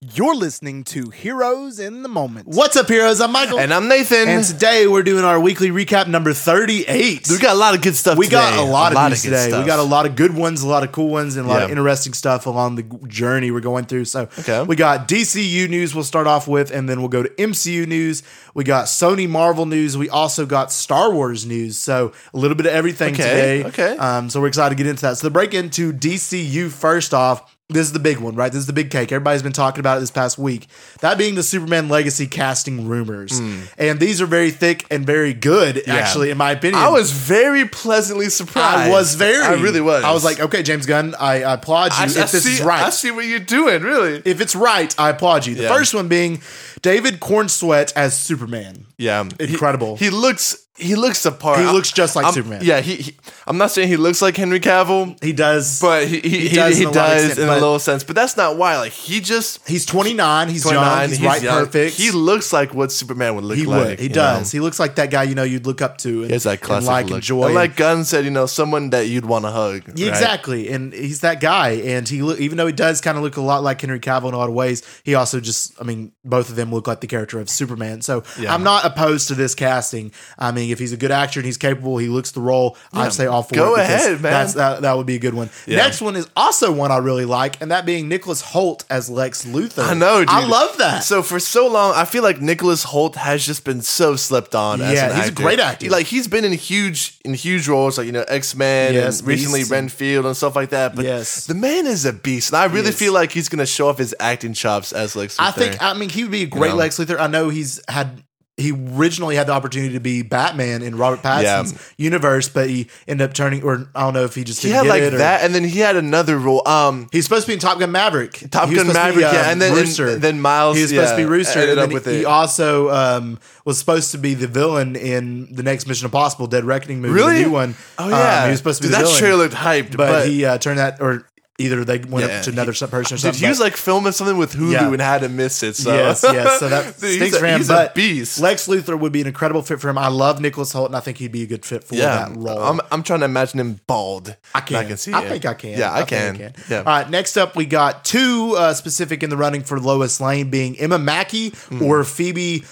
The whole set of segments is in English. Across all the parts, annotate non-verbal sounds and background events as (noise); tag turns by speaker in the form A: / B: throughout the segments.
A: You're listening to Heroes in the Moment.
B: What's up, heroes? I'm Michael.
C: And I'm Nathan.
B: And today we're doing our weekly recap number 38.
C: we got a lot of good stuff
B: We got
C: today.
B: a lot of these
C: good
B: today.
C: stuff.
B: We got a lot of good ones, a lot of cool ones, and a lot of
C: Yeah.
B: interesting stuff along the g- journey we're going through. So
C: Okay.
B: we got DCU news we'll start off with, and then we'll go to MCU news. We got Sony Marvel news. We also got Star Wars news. So a little bit of everything
C: Okay,
B: today.
C: okay.
B: Um, so we're excited to get into that. So the break into DCU first off. This is the big one, right? This is the big cake. Everybody's been talking about it this past week. That being the Superman Legacy casting rumors. And these are very thick and very good, actually, in my opinion.
C: Hmm. I was very pleasantly
B: I
C: surprised.
B: was very.
C: I really was.
B: I was like, okay, James Gunn, I, I applaud you
C: I,
B: if
C: I
B: this
C: see,
B: is right.
C: I see what you're doing. Really.
B: if it's right, I applaud you. The
C: Yeah.
B: first one being David Cornsweat as Superman.
C: Yeah,
B: Incredible.
C: He, he looks. He looks the part.
B: He looks just like
C: I'm-
B: Superman.
C: Yeah. He, he. I'm not saying he looks like Henry Cavill,
B: He does.
C: but he he, he, he
B: does
C: does,
B: in a lot of extent,
C: in a
B: but-
C: little sense. But that's not why. Like he just.
B: he's 29. He's
C: 29,
B: young. He's, right
C: young.
B: perfect.
C: He looks like what Superman would look
B: He
C: like.
B: would. He
C: you
B: does.
C: know?
B: He looks like that guy you know you'd look up to and,
C: He has that classic
B: and like
C: look.
B: and joy.
C: And like Gunn said, you know, someone that you'd want to hug. right?
B: Yeah, Exactly, and he's that guy, and he look, even though he does kind of look a lot like Henry Cavill in a lot of ways, he also just, I mean, both of them look like the character of Superman. So
C: Yeah.
B: I'm not opposed to this casting. I mean, if he's a good actor and he's capable, he looks the role. I'd say all for
C: Go
B: it because
C: ahead, man.
B: That's, that, that would be a good one.
C: Yeah.
B: Next one is also one I really like, and that being Nicholas Holt as Lex Luthor.
C: I know, dude.
B: I love that.
C: So for so long, I feel like Nicholas Holt has just been so slept on. as
B: Yeah,
C: an
B: he's a great actor.
C: Like he's been in huge in huge roles, like you know X Men
B: Yes,
C: and recently
B: Beast.
C: Renfield and stuff like that. But
B: Yes.
C: the man is a beast, and I really
B: is.
C: feel like he's gonna show off his acting chops as Lex.
B: I
C: Luthor.
B: think I mean he would be a great
C: know?
B: Lex Luthor. I know he's had he originally had the opportunity to be Batman in Robert Pattinson's universe, but he ended up turning or I don't know if he just
C: he
B: didn't
C: had
B: get
C: like
B: it or-
C: that, and then he had another role. Um,
B: He's supposed to be in Top Gun Maverick.
C: Top
B: He was
C: Gun
B: supposed to be,
C: Maverick,
B: uh,
C: yeah, and then
B: Rooster.
C: and then Miles.
B: he was supposed to be
C: yeah,
B: Rooster.
C: Ended
B: and
C: up
B: then
C: with
B: he
C: it.
B: also um, was supposed to be the villain in the next Mission Impossible: Dead Reckoning movie,
C: Really?
B: the new one.
C: Oh
B: Um,
C: yeah,
B: he was supposed to be
C: Dude,
B: the
C: that
B: villain,
C: trailer looked hyped, but,
B: but, he uh, turned that or either they went
C: Yeah,
B: up to another
C: he-
B: some person or
C: Dude,
B: something.
C: he was like filming something with Hulu
B: Yeah.
C: and had to miss it. So
B: Yes, yes. So that
C: (laughs) Dude,
B: stinks
C: he's,
B: for
C: a,
B: him.
C: he's
B: but
C: a beast.
B: Lex Luthor would be an incredible fit for him. I love Nicholas Holt, and I think he'd be a good fit for
C: yeah,
B: that role.
C: I'm, I'm trying to imagine him bald.
B: I can.
C: I can see. it.
B: think I can. Uh,
C: Yeah, I,
B: think
C: can. Yeah.
B: All right. Next up, we got two uh, specific in the running for Lois Lane, being Emma Mackey
C: Hmm.
B: or Phoebe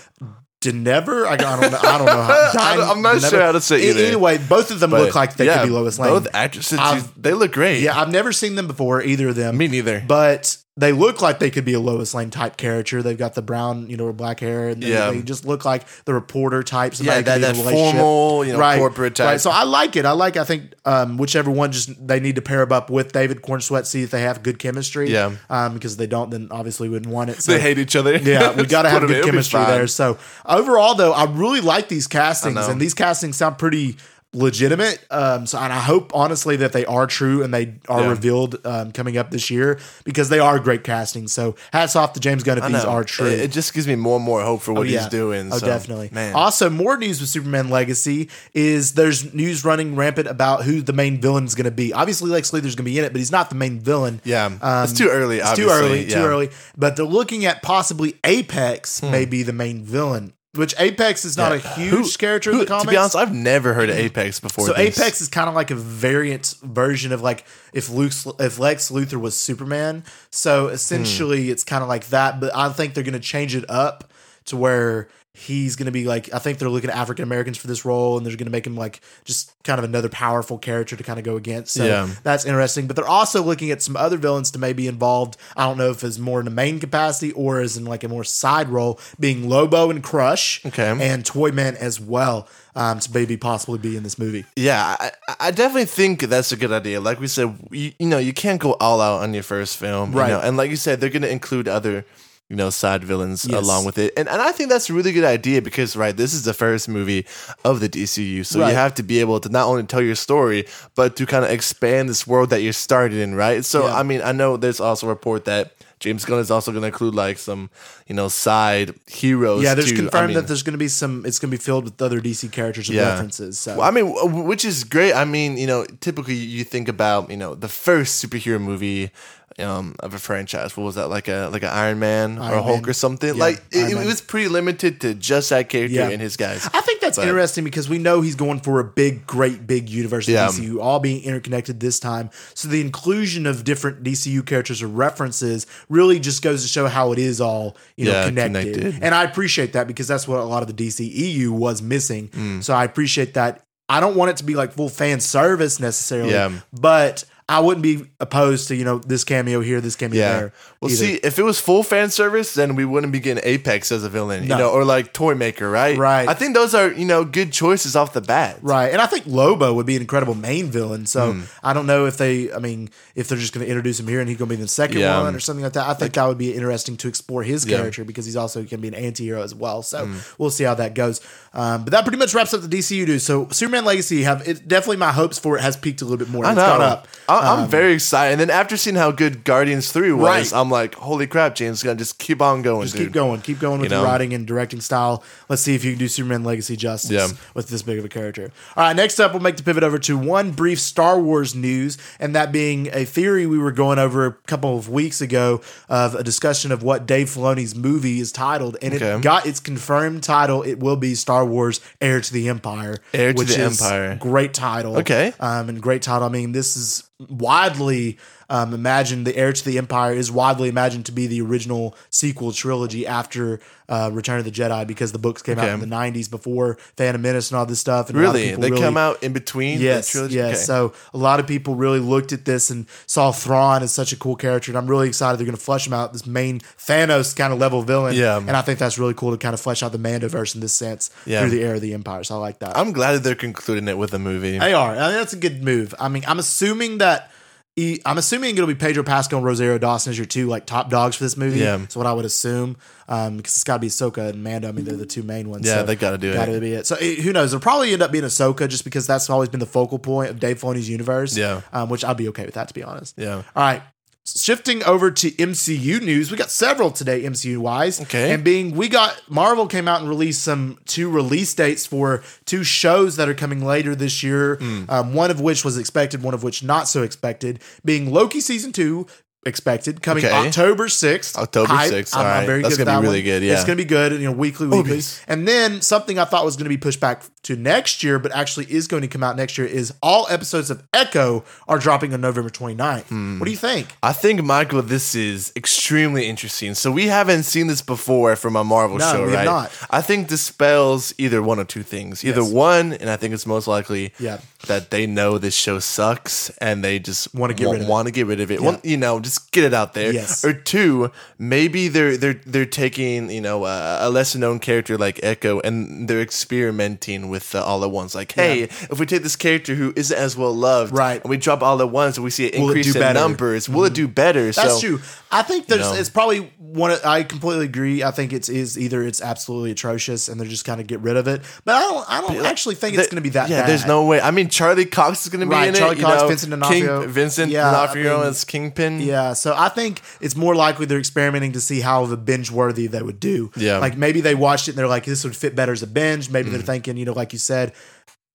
B: Denever. I, I don't know. I don't know. How,
C: (laughs) I don't- I'm not sure how to say
B: E-
C: either.
B: Anyway, both of them
C: But,
B: look like they
C: yeah,
B: could be Lois Lane.
C: Both actresses,
B: I've-
C: dude, they look great.
B: yeah, I've never seen them before, either of them
C: me neither.
B: but they look like they could be a Lois Lane type character. They've got the brown, you know, or black hair, and they,
C: Yeah.
B: they just look like the reporter types.
C: Yeah, that- that formal, you know, corporate type.
B: Right. So I like it. I like. I think um, whichever one just they need to pair up up with David Cornsweat, see if they have good chemistry.
C: Yeah.
B: Um, because if they don't, then obviously we wouldn't want it. So
C: they hate each other. (laughs)
B: yeah, we got to
C: Just
B: have
C: put 'em in,
B: good
C: it'll be
B: chemistry
C: fine.
B: there. So overall, though, I really like these castings,
C: know.
B: and these castings sound pretty legitimate. Um, so, and I hope honestly that they are true and they are
C: Yeah.
B: revealed um, coming up this year because they are great castings. So, hats off to James Gunn if
C: I
B: these
C: know.
B: are true.
C: It, it just gives me more and more hope for what he's doing.
B: Oh,
C: so,
B: definitely.
C: Man,
B: Also, more news with Superman Legacy is there's news running rampant about who the main villain is going to be. Obviously, Lex Luthor's going to be in it, but he's not the main villain.
C: Yeah. It's too early,
B: um, It's too
C: obviously.
B: early.
C: Yeah. Hmm.
B: Too early. But they're looking at possibly Apex may be the main villain, which Apex is not a huge character in
C: who-
B: the comics. Mm-hmm.
C: To be honest, I've never heard of Apex before.
B: so
C: this.
B: Apex is kind of like a variant version of like if Luke's if Lex Luthor was Superman. So essentially,
C: Hmm.
B: it's kind of like that. But I think they're going to change it up to where he's going to be like I think they're looking at African Americans for this role, and they're going to make him like just kind of another powerful character to kind of go against. So
C: Yeah.
B: that's interesting. But they're also looking at some other villains to maybe involved. I don't know if as more in a main capacity or as in like a more side role, being Lobo and Crush,
C: Okay.
B: and Toyman as well. Um, to maybe possibly be in this movie.
C: Yeah, I, I- I definitely think that's a good idea. Like we said, you, you know, you can't go all out on your first film, you
B: Right.
C: know, And like you said, they're going to include other, you know, side villains
B: Yes.
C: along with it, and and I think that's a really good idea because right, this is the first movie of the DCU, so
B: Right.
C: you have to be able to not only tell your story but to kind of expand this world that you're started in, right? So
B: Yeah.
C: I mean, I know there's also a report that. James Gunn is also going to include like some, you know, side heroes.
B: Yeah, there's
C: too. I
B: confirmed
C: mean-
B: that there's going to be some. It's going to be filled with other DC characters and
C: Yeah.
B: references. So
C: Well, I mean, w- w- which is great. I mean, you know, typically you think about you know the first superhero movie um, of a franchise. What was that like a like an Iron Man or a
B: Iron
C: Hulk
B: Man.
C: or something?
B: Yeah,
C: like
B: Iron
C: it, it
B: Man.
C: was pretty limited to just that character
B: Yeah.
C: and his guys.
B: I think that's
C: But-
B: interesting because we know he's going for a big, great, big universe of
C: Yeah.
B: DCU, all being interconnected this time. So the inclusion of different DCU characters or references really just goes to show how it is all you know
C: Yeah,
B: connected.
C: connected.
B: And I appreciate that because that's what a lot of the DCEU was missing.
C: Mm.
B: So I appreciate that. I don't want it to be like full fan service necessarily,
C: Yeah.
B: but I wouldn't be opposed to you know this cameo here, this cameo
C: Yeah.
B: there.
C: Well,
B: either.
C: see, if it was full fan service, then we wouldn't be getting Apex as a villain,
B: No.
C: you know, or like Toy Maker, right?
B: Right.
C: I think those are you know good choices off the bat.
B: Right. And I think Lobo would be an incredible main villain. So
C: Hmm.
B: I don't know if they, I mean, if they're just going to introduce him here and he's going to be the second
C: Yeah.
B: one or something like that. I think that would be interesting to explore his
C: Yeah. Hmm.
B: character because he's also going to be an anti hero as well. So we'll see how that goes. Um, but that pretty much wraps up the DCU news. So Superman Legacy have it, definitely my hopes for it has peaked a little bit more.
C: I
B: It's
C: know.
B: gone up. Um,
C: I, I'm very excited. And then after seeing how good Guardians Three was,
B: Right.
C: I'm like, holy crap, James Gunn, just keep on going,
B: Just
C: dude.
B: keep going. Keep going with
C: You
B: the
C: know?
B: writing and directing style. Let's see if you can do Superman Legacy justice
C: Yeah.
B: with this big of a character. All right, next up, we'll make the pivot over to one brief Star Wars news, and that being a theory we were going over a couple of weeks ago of a discussion of what Dave Filoni's movie is titled, and
C: Okay.
B: it got its confirmed title. It will be Star Wars: Heir to the Empire.
C: Heir to the Empire.
B: Great title.
C: Okay.
B: Um, and great title. I mean, this is widely um, imagined. The Heir to the Empire is widely imagined to be the original sequel trilogy after uh, Return of the Jedi because the books came out
C: Okay.
B: in the 90s before Phantom Menace and all this stuff. And a lot of
C: Really,
B: people
C: they come out in between.
B: Yes,
C: the trilogy?
B: yes.
C: Okay.
B: So a lot of people really looked at this and saw Thrawn as such a cool character, and I'm really excited they're going to flesh him out this main Thanos kind of level villain.
C: Yeah.
B: and I think that's really cool to kind of flesh out the Mandoverse in this sense
C: Yeah.
B: through the Heir of the Empire. So I like that.
C: I'm glad that they're concluding it with a movie.
B: They are. I mean, that's a good move. I mean, I'm assuming that. i I'm assuming it'll be Pedro Pascal and Rosario Dawson as your two like top dogs for this movie.
C: Yeah.
B: that's what I would assume. Um, because it's got to be Ahsoka and Mando. I mean, they're the two main ones.
C: Yeah,
B: so
C: they gotta do it.
B: Gotta be it. So eh, who knows? It'll probably end up being Ahsoka just because that's always been the focal point of Dave Filoni's universe.
C: Yeah.
B: um, which I'd be okay with that to be honest.
C: yeah.
B: All right. Shifting over to MCU news, we got several today MCU wise.
C: Okay.
B: And being we got Marvel came out and released some two release dates for two shows that are coming later this year.
C: Hmm.
B: Um, one of which was expected, one of which not so expected. Being Loki season two expected coming
C: Okay.
B: October sixth.
C: October 6th, all right.
B: at
C: That's gonna be
B: that
C: really good,
B: It's
C: yeah.
B: gonna be good. You know,
C: Oh,
B: weekly, weekly.
C: Movies.
B: And then something I thought was going to be pushed back to next year, but actually is going to come out next year, is all episodes of Echo are dropping on November 29th.
C: Hmm.
B: What do you think?
C: I think Michael, this is extremely interesting. So we haven't seen this before from a Marvel
B: No,
C: show,
B: we have
C: right?
B: not.
C: I think this spells either one or two things. Either
B: Yes.
C: one, and I think it's most likely
B: Yeah.
C: that they know this show sucks and they just
B: Wanna get
C: wa-
B: rid of it.
C: wanna get rid of it. Want- you know, just get it out there.
B: Yes.
C: Or two, maybe they're they're they're taking you know uh, a lesser known character like Echo and they're experimenting with the all at once. Like, hey, if we take this character who isn't as well loved,
B: Right.
C: and we drop all at once, and we see an
B: Will it
C: increase
B: do
C: in
B: better?
C: numbers, will it do better?
B: Mm. That's
C: so,
B: true. I think there's
C: know.
B: it's probably one. Of, I completely agree. I think it's is either it's absolutely atrocious and they're just kind of get rid of it. But I don't. I don't actually think it's
C: Th-
B: going to be that.
C: Yeah,
B: bad.
C: there's no way. I mean, Charlie Cox is going to be
B: Right,
C: in
B: Charlie
C: it. you
B: Cox,
C: know,
B: Vincent D'Onofrio.
C: King, Vincent
B: Yeah, I
C: D'Onofrio
B: mean-
C: as Kingpin.
B: Yeah, so I think it's more likely they're experimenting to see how the binge worthy they would do.
C: Yeah. Mm.
B: like maybe they watched it and they're like, this would fit better as a binge. Maybe they're thinking, you know, like you said,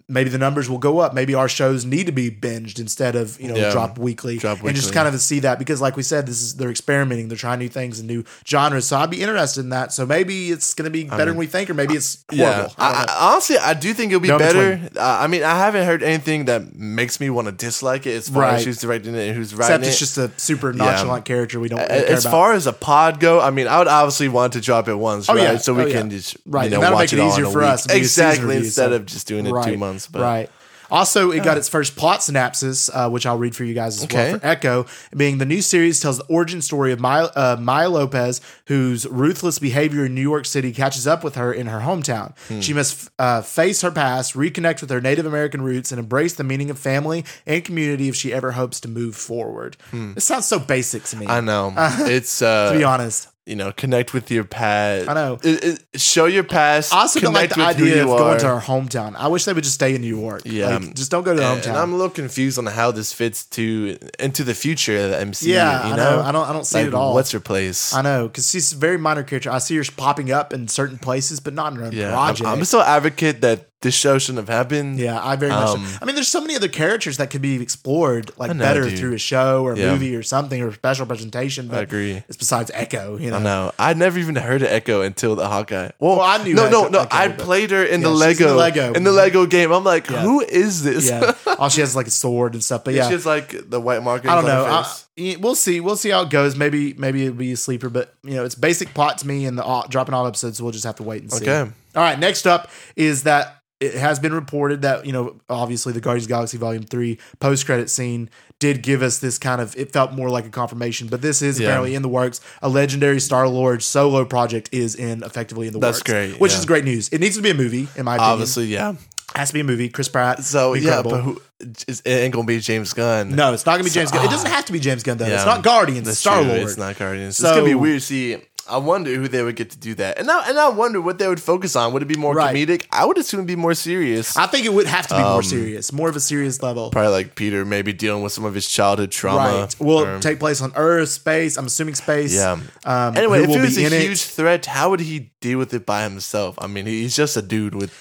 B: maybe the numbers will go up. Maybe our shows need to be binged instead of you know
C: Yeah.
B: drop weekly
C: Drop
B: and just
C: weekly.
B: kind of to see that because, like we said, this is they're experimenting, they're trying new things and new genres. So I'd be interested in that. So maybe it's going to be better than we think, or maybe it's
C: Yeah,
B: horrible. I don't
C: I,
B: know.
C: I, honestly, I do think it'll be
B: No in
C: better. Uh, I mean, I haven't heard anything that makes me want to dislike it as far
B: Right.
C: as who's directing it and who's writing
B: Except
C: it.
B: it's just a super nonchalant character we don't really
C: A-
B: care
C: as
B: about.
C: far as a pod go, I mean, I would obviously want to drop it once, right?
B: yeah.
C: So we
B: Oh, yeah.
C: can just
B: Right,
C: you
B: and
C: know,
B: that'll make
C: watch
B: it
C: it all
B: easier
C: in a
B: for
C: week.
B: us to do a season
C: exactly
B: review,
C: instead
B: so-
C: of just doing it two months. But
B: Right. Also, it got its first plot synopsis, uh, which I'll read for you guys as well
C: Okay.
B: for Echo, being the new series tells the origin story of Maya, uh, Maya Lopez, whose ruthless behavior in New York City catches up with her in her hometown.
C: Hmm.
B: She must uh, face her past, reconnect with her Native American roots, and embrace the meaning of family and community if she ever hopes to move forward. It sounds so basic to me,
C: Hmm. I
B: (laughs)
C: know it's uh,
B: to be honest.
C: you know, connect with your past.
B: I know.
C: It- it- show your past.
B: I also don't like the
C: connect with who
B: idea of
C: you
B: going to
C: are.
B: her hometown. I wish they would just stay in New York.
C: Yeah.
B: Like, just don't go to the hometown.
C: And I'm a little confused on how this fits to into the future of the MCU.
B: Yeah,
C: you
B: I
C: know,
B: know. I don't. I don't see
C: Like,
B: it at all.
C: What's her place?
B: I know because she's a very minor character. I see her popping up in certain places, but not in her own
C: yeah, I'm-
B: project.
C: I'm, still advocate that this show shouldn't have happened.
B: Yeah, I very much. so-
C: Um,
B: I mean, there's so many other characters that could be explored like
C: I know,
B: better
C: dude.
B: through a show or a
C: Yeah.
B: movie or something or special presentation. But
C: I agree.
B: It's besides Echo, you know.
C: I know. I never even heard of Echo until the Hawkeye. Well,
B: Well, I knew
C: No, no,
B: Echo-
C: no.
B: Echo,
C: I
B: but-
C: played her in the
B: Yeah, she's in
C: Lego,
B: the Lego.
C: in the Lego game. I'm like,
B: Yeah.
C: who is this? (laughs)
B: Yeah. All she has is like a sword and stuff. But yeah,
C: She has like the white markings.
B: I don't know.
C: On her
B: I,
C: face.
B: yeah, we'll see. We'll see how it goes. Maybe maybe it'll be a sleeper, but you know, it's basic plot to me. And the all, dropping all episodes, we'll just have to wait and see.
C: Okay.
B: All right. Next up is that it has been reported that you know, obviously, the Guardians of the Galaxy Volume Three post credit scene did give us this kind of. It felt more like a confirmation, but this is
C: Yeah.
B: apparently in the works. A legendary Star Lord solo project is in effectively in the
C: That's
B: works.
C: great,
B: Which
C: yeah.
B: is great news. It needs to be a movie, in my opinion.
C: Obviously, yeah.
B: has to be a movie. Chris Pratt.
C: So
B: incredible.
C: yeah, but who? Is, it ain't gonna be James Gunn.
B: No, it's not gonna be James Gunn. It
C: ah.
B: doesn't have to be James Gunn though.
C: Yeah.
B: it's not Guardians. It's
C: That's
B: Star
C: true.
B: Lord.
C: It's not Guardians.
B: So-
C: it's gonna be weird. See, I wonder who they would get to do that, and I, and I wonder what they would focus on. Would it be more
B: Right.
C: comedic? I would assume it'd be more serious.
B: I think it would have to be
C: Um,
B: more serious, more of a serious level.
C: Probably like Peter, maybe dealing with some of his childhood trauma.
B: Right. Will
C: or-
B: it take place on Earth, space? I'm assuming space.
C: um, Yeah.
B: Um,
C: Anyway,
B: who
C: if
B: will
C: it was
B: be
C: a
B: in it?
C: huge threat, how would he deal with it by himself? I mean, he's just a dude with.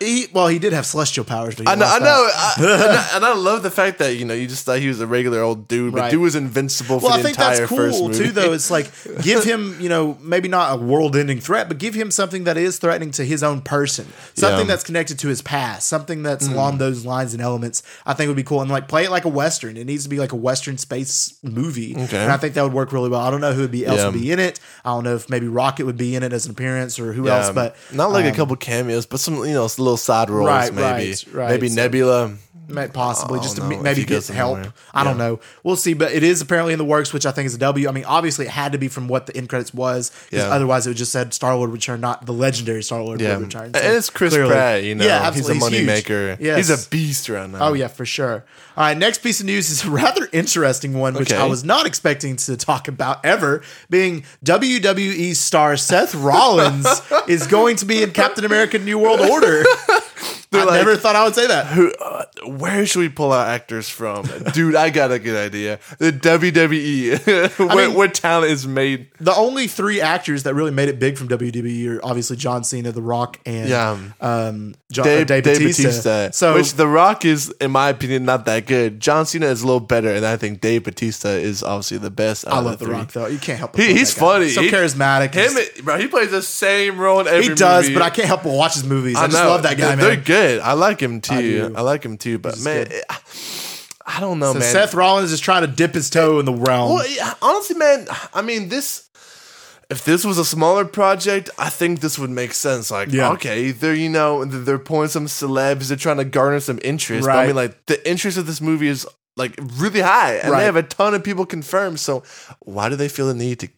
B: He, well, he did have celestial powers. But he
C: I know, I
B: lost
C: know,
B: that.
C: I, and, I, and I love the fact that you know you just thought he was a regular old dude, but
B: Right.
C: dude was invincible for
B: Well, I
C: the
B: think
C: entire
B: that's
C: first
B: cool
C: movie.
B: too, though. It's like
C: (laughs)
B: give him, you know, maybe not a world-ending threat, but give him something that is threatening to his own person, something
C: Yeah. Mm.
B: that's connected to his past, something that's along those lines and elements. I think would be cool, and like play it like a western. It needs to be like a western space movie,
C: Okay.
B: and I think that would work really well. I don't know who would be else
C: Yeah.
B: would be in it. I don't know if maybe Rocket would be in it as an appearance or who else,
C: Um,
B: but
C: not like a couple cameos, but some you know s- little side roles,
B: Right,
C: maybe,
B: right, right.
C: maybe
B: So-
C: Nebula.
B: May- possibly
C: I
B: just to
C: don't
B: ma-
C: know, if
B: maybe
C: he goes
B: get help.
C: somewhere.
B: I don't know. We'll see. But it is apparently in the works, which I think is a W. I mean, obviously it had to be from what the end credits was, 'cause
C: Yeah.
B: otherwise it would just said Star Lord return, not the legendary Star Lord
C: Yeah,
B: would return.
C: and it's Chris
B: clearly-
C: Pratt. You know,
B: Yeah,
C: he's
B: absolutely.
C: a
B: He's huge.
C: moneymaker.
B: Yes.
C: He's a beast right now.
B: Oh yeah, for sure. All right, next piece of news is a (laughs) rather interesting one, which
C: Okay.
B: I was not expecting to talk about ever. Being WWE star Seth
C: (laughs)
B: Rollins is going to be in Captain America: New World Order. I
C: like-
B: never thought I would say that.
C: Who, uh, where should we pull our
B: (laughs)
C: actors from, dude? I got a good idea. The (laughs) WWE, where,
B: mean-
C: where talent is made.
B: the only three actors that really made it big from WWE are obviously John Cena, The Rock, and
C: Yeah.
B: um, John,
C: Dave,
B: Dave, Dave,
C: Dave
B: Batista.
C: Batista.
B: So
C: which The Rock is, in my opinion, not that good. John Cena is a little better, and I think Dave Batista is obviously the best.
B: I love The Rock though. You can't help. But
C: He-
B: love
C: he's
B: that guy.
C: funny.
B: so
C: He-
B: charismatic.
C: Him, bro, he plays the same role in every
B: he does,
C: movie.
B: but I can't help but watch his movies. I, just
C: know.
B: love that guy,
C: They're
B: man.
C: good. I like him too.
B: do.
C: I, like him too. But man,
B: good.
C: I, I don't know,
B: So
C: man.
B: Seth Rollins is trying to dip his toe in the realm.
C: Well, yeah, honestly, man, I mean, this. If this was a smaller project, I think this would make sense. Like,
B: Yeah.
C: okay, they're you know th- they're pulling some celebs, they're trying to garner some interest. But I
B: Right.
C: mean, like the interest of this movie is like really high, and
B: Right.
C: they have a ton of people confirmed. So why do they feel the need to?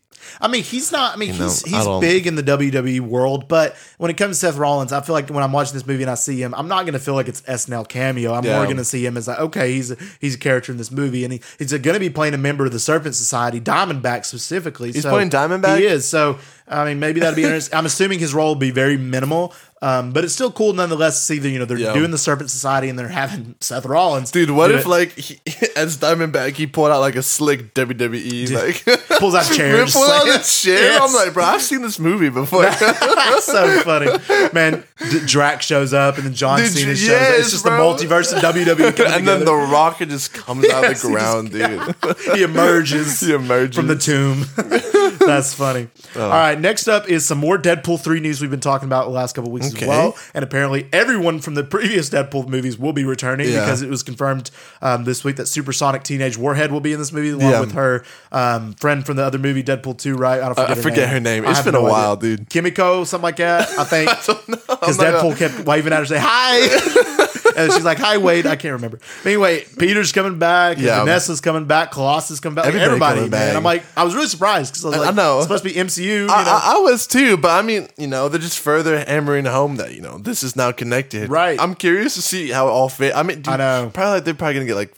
B: I mean, he's not. I mean,
C: know,
B: he's
C: I
B: he's
C: don't-
B: big in the WWE world, but when it comes to Seth Rollins, I feel like when I'm watching this movie and I see him, I'm not going to feel like it's SNL cameo. I'm
C: Yeah.
B: more going to see him as like, okay, he's a, he's a character in this movie, and he, he's going to be playing a member of the Serpent Society, Diamondback specifically. He's
C: playing Diamondback?
B: He is. So I mean, maybe that'd be interesting. I'm assuming his role will be very minimal. Um, but it's still cool nonetheless to see that you know they're
C: Yeah.
B: doing the Serpent Society and they're having Seth Rollins.
C: Dude, what
B: do
C: if
B: it.
C: like he, (laughs) as Diamondback he pulled out like a slick WWE like (laughs)
B: pulls out chairs?
C: pulled out the chair?
B: (laughs)
C: I'm
B: Yes.
C: like, bro, I've seen this movie (laughs) before.
B: That's so funny, man. D- Drax shows up, and then John
C: Dude,
B: Cena shows up.
C: yes,
B: It's just
C: bro.
B: the multiverse of WWE, coming
C: (laughs) and then the
B: together.
C: rocket just comes out (laughs) of
B: Yes,
C: the
B: he just-
C: ground, (laughs) dude.
B: he
C: (laughs)
B: emerges.
C: He emerges.
B: From the tomb.
C: (laughs)
B: That's funny.
C: Oh.
B: All right, next up is some more Deadpool 3 news we've been talking about the last couple weeks
C: Okay.
B: as well. And apparently, everyone from the previous Deadpool movies will be returning
C: Yeah.
B: because it was confirmed um, this week that supersonic teenage Warhead will be in this movie along
C: Yeah.
B: with her um, friend from the other movie, Deadpool 2, right? I, don't forget,
C: I forget her name.
B: I
C: It's
B: have
C: been a
B: no
C: while,
B: idea.
C: dude.
B: Kimiko, something like that,
C: (laughs)
B: I think. Because
C: I'm not
B: Deadpool kept waving at her, saying,
C: (laughs)
B: Hi. and she's like, Hi, Wade. I can't remember. But anyway, Peter's coming back.
C: Yeah.
B: Yeah. Vanessa's coming back. Colossus coming back. Like,
C: Everybody
B: everybody,
C: coming
B: man.
C: back.
B: I'm like, I was really surprised because I was
C: I- I
B: like,
C: know.
B: it's supposed to be MCU. You know?
C: I, I, I was too, but I mean, you know, they're just further hammering home that you know this is now connected.
B: Right.
C: I'm curious to see how it all fit. I mean, dude,
B: I know.
C: Probably like, they're probably gonna get like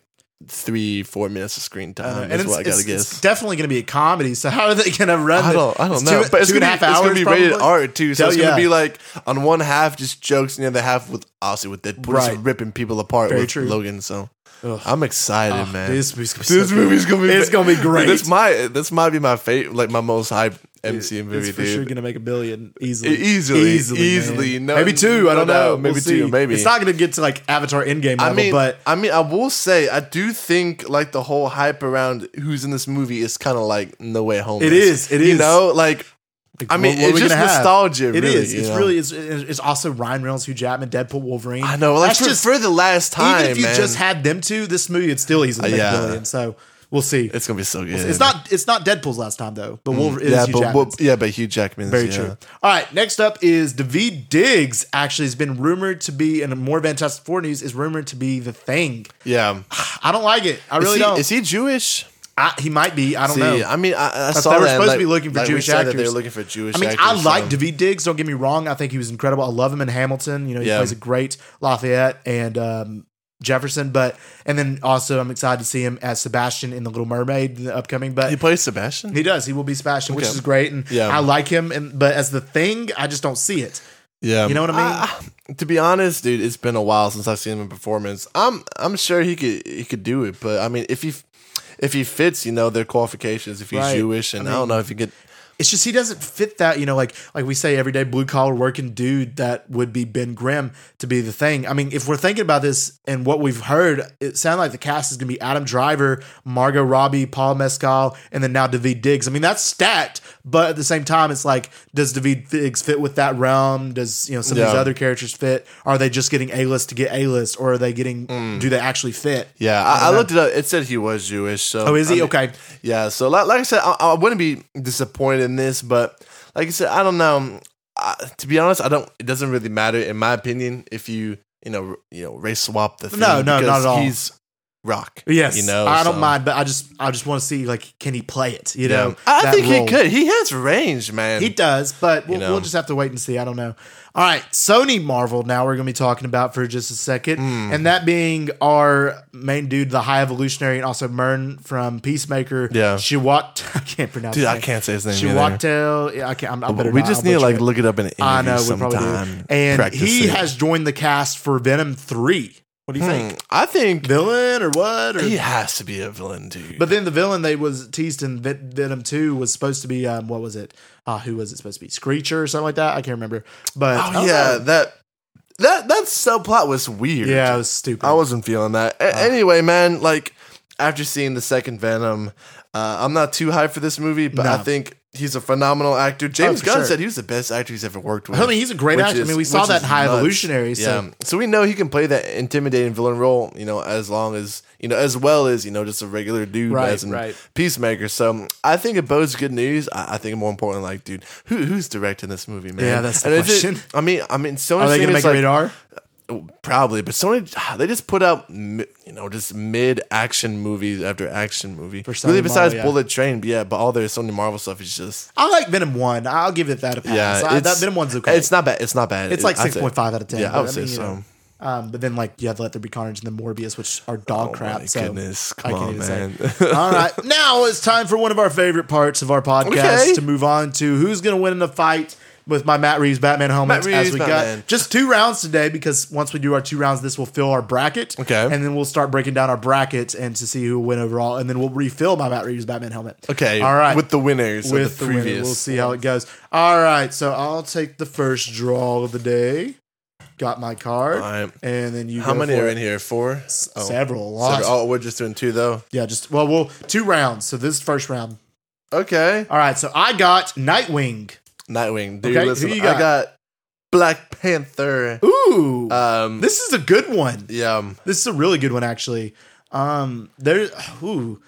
C: three, four minutes of screen time.
B: and
C: That's
B: it's,
C: what I gotta
B: it's- it's
C: guess.
B: definitely going to be a comedy. So how are they going to run?
C: I
B: the-
C: don't, I don't
B: it's
C: know,
B: Two,
C: but it's
B: two and
C: gonna,
B: a
C: be,
B: half
C: it's gonna be
B: hours
C: rated
B: probably?
C: R too, so
B: Hell
C: it's gonna
B: yeah.
C: be like on one half just jokes, and the other half with obviously with Deadpool just
B: Right.
C: ripping people apart
B: Very
C: with
B: true. Ah,
C: Logan. So I'm excited, man.
B: This movie's gonna be,
C: This
B: so
C: movie's gonna be
B: It's
C: (laughs)
B: gonna be great.
C: Dude, That's my this might be my favorite, like my most hype MCU movie,
B: It's for
C: dude.
B: sure gonna make a billion easily.
C: E- easily, easily,
B: man.
C: no-
B: maybe two. I
C: no
B: don't know.
C: doubt, maybe
B: We'll
C: two,
B: see.
C: maybe.
B: it's not gonna get to like Avatar Endgame level,
C: I mean,
B: but
C: I mean, I will say, I do think like the whole hype around who's in this movie is kind of like no way home.
B: It is, it
C: you
B: is.
C: know, like I mean,
B: what- what are
C: it's
B: we
C: just
B: gonna have?
C: nostalgia.
B: It
C: really,
B: is.
C: you
B: It's
C: know?
B: really. It's, it's also Ryan Reynolds, Hugh Jackman, Deadpool, Wolverine.
C: I know. Like
B: That's
C: for,
B: just
C: for the last time,
B: even if you
C: man,
B: just had them two, this movie would still easily
C: Uh,
B: make
C: yeah.
B: a billion. So we'll see. It's,
C: it's gonna be so good.
B: not. It's not Deadpool's last time though. Mm, But Wolverine.
C: yeah,
B: is Hugh
C: but
B: Jackman's.
C: well, yeah, but Hugh Jackman.
B: Very true. All right, next up is David Diggs. Actually, has been rumored to be, and more Fantastic Four news is rumored to be the thing.
C: Yeah,
B: I don't like it. I
C: is
B: really
C: he,
B: don't.
C: Is he Jewish?
B: I, he might be. I don't
C: See,
B: know.
C: I mean, I, I
B: But
C: saw
B: they were
C: that,
B: supposed to
C: like-
B: be looking for
C: like, we
B: Jewish
C: said that
B: actors.
C: they were looking for Jewish.
B: I mean,
C: actors,
B: I like
C: so-
B: David Diggs. Don't get me wrong. I think he was incredible. I love him in Hamilton. You know, he
C: Yeah.
B: plays a great Lafayette and um, Jefferson. But and then also, I'm excited to see him as Sebastian in The Little Mermaid, the upcoming. But
C: He plays Sebastian.
B: he does. He will be Sebastian, which
C: Okay.
B: is great. And
C: Yeah.
B: I like him. And but as the thing, I just don't see it.
C: Yeah,
B: You know what I mean?
C: I- Ah, to be honest, dude, it's been a while since I've seen him in performance. I'm I'm sure he could he could do it, but I mean, if he if he fits, you know, their qualifications, if he's
B: Right.
C: Jewish, and I, don't know if he could.
B: it's just he doesn't fit that you know like like we say everyday blue collar working dude that would be ben grimm to be the thing i mean if we're thinking about this and what we've heard it sounded like the cast is going to be adam driver margot robbie paul mescal and then now david diggs i mean that's stacked but at the same time it's like does david diggs fit with that realm does you know some of these
C: Yeah.
B: other characters fit are they just getting a list to get a list or are they getting
C: Mm.
B: do they actually fit
C: Yeah, I, I looked it up. It said he was Jewish. So
B: oh is
C: I
B: he
C: mean,
B: okay
C: Yeah, so like, like I said, I, I wouldn't be disappointed in this, but like I said, I don't know. I, to be honest, I don't. It doesn't really matter, in my opinion, if you you know r- you know race swap the thing.
B: No, no, not
C: because
B: at all.
C: He's rock.
B: Yes,
C: you know.
B: I don't
C: so,
B: mind, but I just I just want to see like can he play it? You
C: Yeah.
B: know,
C: I
B: that
C: think
B: role.
C: he could. He has range, man.
B: He does, but we'll,
C: know.
B: we'll just have to wait and see. I don't know. All right, Sony Marvel. Now we're going to be talking about for just a second,
C: Hmm.
B: and that being our main dude, the High Evolutionary, and also Mern from Peacemaker.
C: Yeah.
B: she walked. (laughs) I can't pronounce.
C: Dude,
B: it.
C: I can't say his name.
B: She
C: either.
B: walked out. Yeah, I can't. I'm, I better
C: we
B: not.
C: just
B: I'll
C: need to
B: butcher
C: like
B: it.
C: look it up in an interview
B: I know we probably
C: sometime.
B: do. And
C: Practice
B: he
C: it.
B: has joined the cast for Venom Three. What do you
C: Hmm,
B: think?
C: I think
B: Villain or what? Or
C: he has to be a villain, dude.
B: But then the villain they was teased in Ven- Venom Two was supposed to be um, what was it? Uh, who was it supposed to be? Screecher or something like that? I can't remember. But I
C: oh
B: don't
C: yeah,
B: know.
C: that that that subplot was weird.
B: yeah, it was stupid.
C: I wasn't feeling that. A-
B: Uh.
C: anyway, man, like after seeing the second Venom, uh, I'm not too high for this movie, but
B: No. Oh,
C: I think he's a phenomenal actor. James
B: for
C: Gunn
B: sure.
C: said he was the best actor he's ever worked with.
B: I mean, he's a great
C: which
B: actor. I
C: is-
B: mean, we saw
C: which
B: that
C: is
B: in High
C: nuts.
B: Evolutionary. So
C: Yeah. So we know he can play that intimidating villain role, you know, as long as, you know, as well as, you know, just a regular dude
B: Right,
C: as in
B: right.
C: Peacemaker. So um, I think it bodes good news. I, I think more importantly, like, dude, who, who's directing this movie, man?
B: Yeah, that's the
C: is it-
B: question.
C: I mean, I mean, so
B: are they going to make
C: like,
B: radar?
C: Probably, but Sony ah, they just put out mi- you know just mid action movies after action movie.
B: Sony
C: really, besides
B: Marvel, yeah.
C: Bullet Train, but yeah, but all their Sony Marvel stuff is just
B: I like Venom One. I'll give it that a pass.
C: yeah.
B: I, that
C: it's-
B: Venom One's okay.
C: It's not bad. It's not bad.
B: It's like
C: I'd say-
B: six point five out of ten.
C: Yeah, I
B: but
C: would say
B: mean, you know.
C: so.
B: Um, but then like you have Let There Be Carnage and then Morbius, which are dog crap.
C: Oh My
B: so
C: goodness,
B: I
C: come
B: can't
C: on,
B: even say. (laughs)
C: man.
B: All right, now it's time for one of our favorite parts of our podcast
C: Okay.
B: to move on to who's going to win in the fight with my Matt Reeves Batman helmets
C: Matt
B: as
C: Reeves
B: we
C: Batman.
B: got just two rounds today because once we do our two rounds, this will fill our bracket.
C: Okay.
B: and then we'll start breaking down our brackets and to see who will win overall, and then we'll refill my Matt Reeves Batman helmet.
C: okay,
B: all right,
C: with the winners
B: with
C: of the
B: the winner.
C: previous.
B: We'll see how it goes. All right, so I'll take the first draw of the day. Got my card,
C: All right.
B: and then you.
C: How
B: go
C: many
B: for
C: are
B: it.
C: in here? Four. Oh,
B: Several, lots.
C: several. Oh, we're just doing two though.
B: Yeah, just well, well, two rounds. So this is first round.
C: Okay,
B: All right, so I got Nightwing.
C: Nightwing. Dude,
B: Okay, who
C: listen,
B: you
C: I
B: got?
C: got Black Panther.
B: Ooh,
C: Um,
B: this is a good one.
C: yeah.
B: This is a really good one, actually. Um, there, ooh,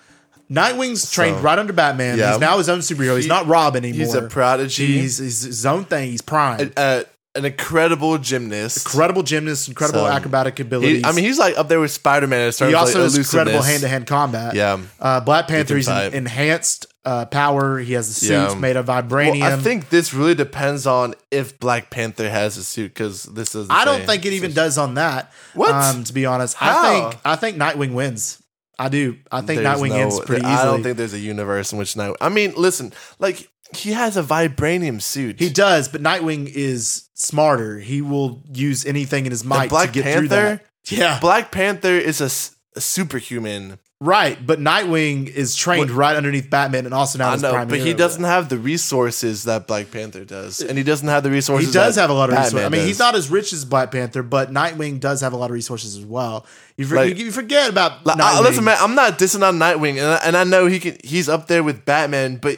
B: Nightwing's trained right under Batman.
C: yeah.
B: He's now his own superhero. he's
C: He-
B: not Rob anymore.
C: He's a prodigy.
B: He's, he's his own thing. He's prime.
C: uh, an incredible gymnast.
B: incredible gymnast, incredible
C: So,
B: acrobatic abilities.
C: He- I mean, he's like up there with Spider Man as far
B: he
C: as
B: also
C: like
B: has
C: elusiveness.
B: incredible hand-to-hand combat.
C: Yeah.
B: uh, Black Panther. He's
C: fight.
B: en- enhanced uh, power. He has a suit
C: Yeah.
B: made of vibranium.
C: Well, I think this really depends on if Black Panther has a suit because this is.
B: I don't think it even does on that.
C: What?
B: Um, to be honest,
C: How?
B: I think I think Nightwing wins. I do. I think Nightwing wins pretty easily.
C: I don't think there's a universe in which Night. I mean, listen, like he has a vibranium suit.
B: he does, but Nightwing is smarter. He will use anything in his might
C: Black
B: to get through that.
C: Panther?
B: Ah. Yeah,
C: Black Panther is a s- superhuman.
B: Right, but Nightwing is trained right underneath Batman, and also now
C: I
B: is
C: know,
B: Prime
C: but he
B: Hero.
C: doesn't have the resources that Black Panther does, and he doesn't have the resources.
B: He does
C: that
B: have a lot of
C: Batman
B: resources. I mean,
C: does.
B: he's not as rich as Black Panther, but Nightwing does have a lot of resources as well. You, for,
C: Like-
B: you, you forget about
C: Like, I,
B: Nightwing.
C: listen, man, I'm not dissing on Nightwing, and I, and I know he can. He's up there with Batman, but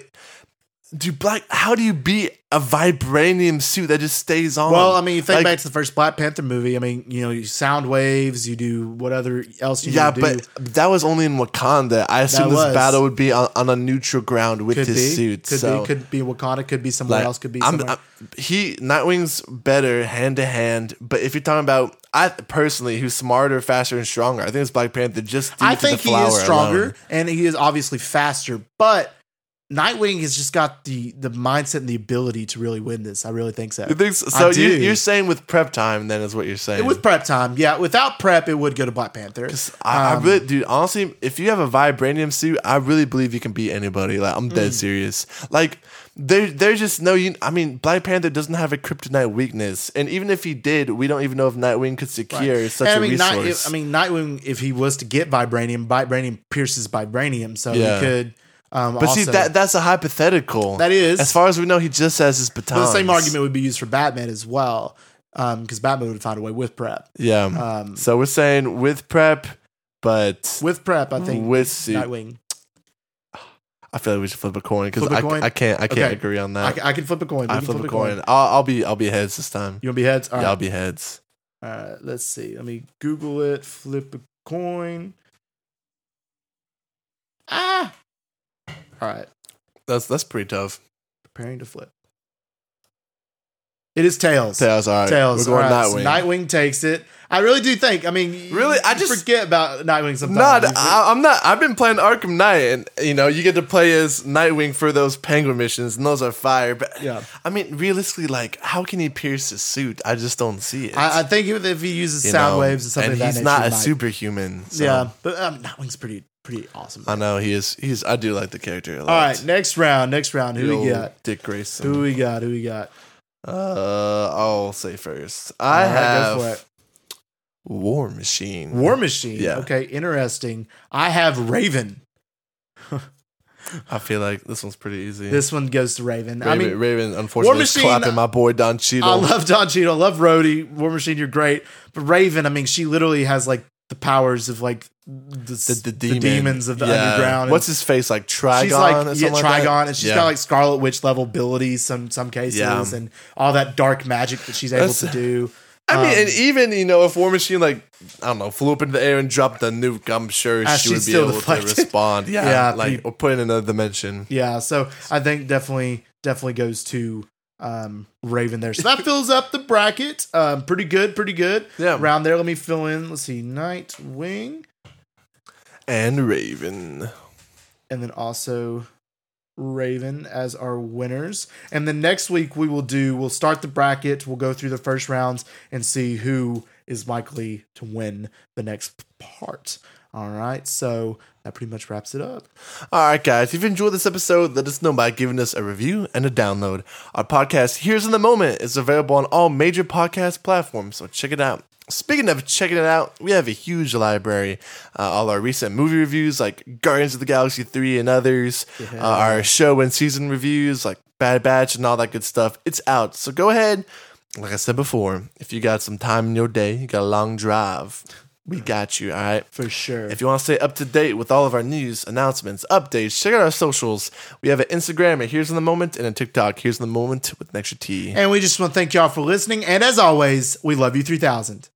C: do Black? How do you beat a vibranium suit that just stays on?
B: Well, I mean, you think
C: Um, Like,
B: back to the first Black Panther movie. I mean, you know, you sound waves. You do what other else you
C: yeah,
B: need to do.
C: but that was only in Wakanda. I assume this
B: was.
C: battle would be on, on a neutral ground with
B: could
C: his
B: be
C: suit.
B: could
C: so.
B: be could be Wakanda, could be somewhere
C: Like,
B: else, could be
C: I'm-
B: somewhere.
C: I'm- he Nightwing's better hand to hand, but if you're talking about I personally who's smarter, faster, and stronger, I think it's Black Panther. Just due
B: I
C: to the
B: think he
C: flower
B: is stronger
C: alone.
B: and he is obviously faster, but Nightwing has just got the the mindset and the ability to really win this. I really think so.
C: You think so?
B: I
C: So you,
B: do.
C: you're saying with prep time, then is what you're saying.
B: With prep time, yeah. Without prep, it would go to Black Panther.
C: I,
B: Um,
C: I really, dude, honestly, if you have a vibranium suit, I really believe you can beat anybody. Like, I'm
B: Mm.
C: dead serious. Like, there, there's just no. You, I mean, Black Panther doesn't have a kryptonite weakness, and even if he did, we don't even know if Nightwing could secure such
B: And
C: a
B: I mean,
C: resource.
B: Night, if, I mean, Nightwing, if he was to get vibranium, vibranium pierces vibranium, so
C: Yeah.
B: he could. Um,
C: but see,
B: also-
C: that that's a hypothetical.
B: that is
C: As far as we know, he just has his baton.
B: but the same argument would be used for Batman as well, because Batman would find a way with prep.
C: Yeah.
B: Um,
C: so we're saying with prep, but
B: with prep, I think
C: with suit.
B: Nightwing.
C: I feel like we should flip a coin because
B: Flip a
C: I,
B: coin?
C: I can't I can't
B: Okay.
C: agree on
B: I,
C: that.
B: I can flip a coin. We
C: Uh, I,
B: can
C: flip, a coin. I'll, I'll be I'll be heads this time.
B: You want to be heads? All
C: Yeah, I'll
B: right.
C: be heads.
B: All right. Let's see. Let me Google it. Flip a coin. Ah. All right.
C: That's that's pretty tough.
B: Preparing to flip. It is tails.
C: Tails, all right.
B: Tails.
C: We're going
B: all right, so
C: Nightwing.
B: Nightwing takes it. I really do think. I mean,
C: Really? I
B: you
C: just-
B: forget about Nightwing sometimes.
C: Not,
B: You-
C: I, I'm not. I've been playing Arkham Knight, and you know you get to play as Nightwing for those Penguin missions, and those are fire. But
B: Yeah.
C: I mean, realistically, like, how can he pierce his suit? I just don't see it.
B: I, I think if, if he uses
C: you
B: sound
C: know?
B: waves or something,
C: and
B: of that
C: he's
B: nature,
C: not
B: he
C: a
B: might.
C: superhuman. So.
B: Yeah, but um, Nightwing's pretty pretty awesome.
C: I know he is. He's. I do like the character a lot.
B: All right, next round. Next round. Who we
C: Yo,
B: got?
C: Dick Grayson.
B: Who we got? Who we got?
C: uh, I'll say first.
B: All
C: I
B: right,
C: have
B: go for it.
C: War Machine.
B: War Machine.
C: Yeah.
B: Okay, interesting. I have Raven.
C: I feel like this one's pretty easy.
B: This one goes to Raven.
C: Raven,
B: I mean,
C: Raven unfortunately, is
B: Machine-
C: clapping my boy Don Cheadle.
B: I love Don Cheadle. I love Rhodey. War Machine, you're great. But Raven, I mean, she literally has like the powers of like the,
C: the,
B: the,
C: the, demon.
B: demons of the
C: Yeah.
B: underground.
C: What's his face like? Trigon.
B: she's
C: or
B: like yeah,
C: something like
B: Trigon,
C: that?
B: and she's
C: Yeah.
B: got like Scarlet Witch level abilities some some cases,
C: Yeah.
B: and all that dark magic that she's able
C: That's-
B: to do.
C: I mean,
B: um,
C: and even you know, if War Machine like I don't know flew up into the air and dropped the nuke, I'm sure
B: Ah,
C: she would
B: she'd
C: be
B: still
C: able
B: deflect it.
C: to respond. Yeah,
B: (laughs) Yeah,
C: like
B: pe-
C: or put in another dimension.
B: Yeah, so I think definitely definitely goes to um, Raven there. So
C: (laughs)
B: that fills up the bracket. Um, pretty good, pretty good.
C: Yeah.
B: Round there, let me fill in. Let's see, Nightwing,
C: And Raven.
B: and then also Raven as our winners. And then next week we will do. We'll start the bracket. We'll go through the first rounds and see who is likely to win the next part. All right, so that pretty much wraps it up.
C: All right, guys, if you've enjoyed this episode, let us know by giving us a review and a download. Our podcast, Here's in the Moment, is available on all major podcast platforms, so check it out. Speaking of checking it out, we have a huge library. Uh, all our recent movie reviews, like Guardians of the Galaxy 3 and others, uh, our show and season reviews, like Bad Batch and all that good stuff, it's out. So go ahead. Like I said before, if you got some time in your day, you got a long drive, we got you, all right?
B: For sure.
C: If you want to stay up to date with all of our news, announcements, updates, check out our socials. We have an Instagram at Here's in the Moment and a TikTok, Here's in the Moment with an extra T.
B: And we just want to thank y'all for listening. And as always, we love you 3000.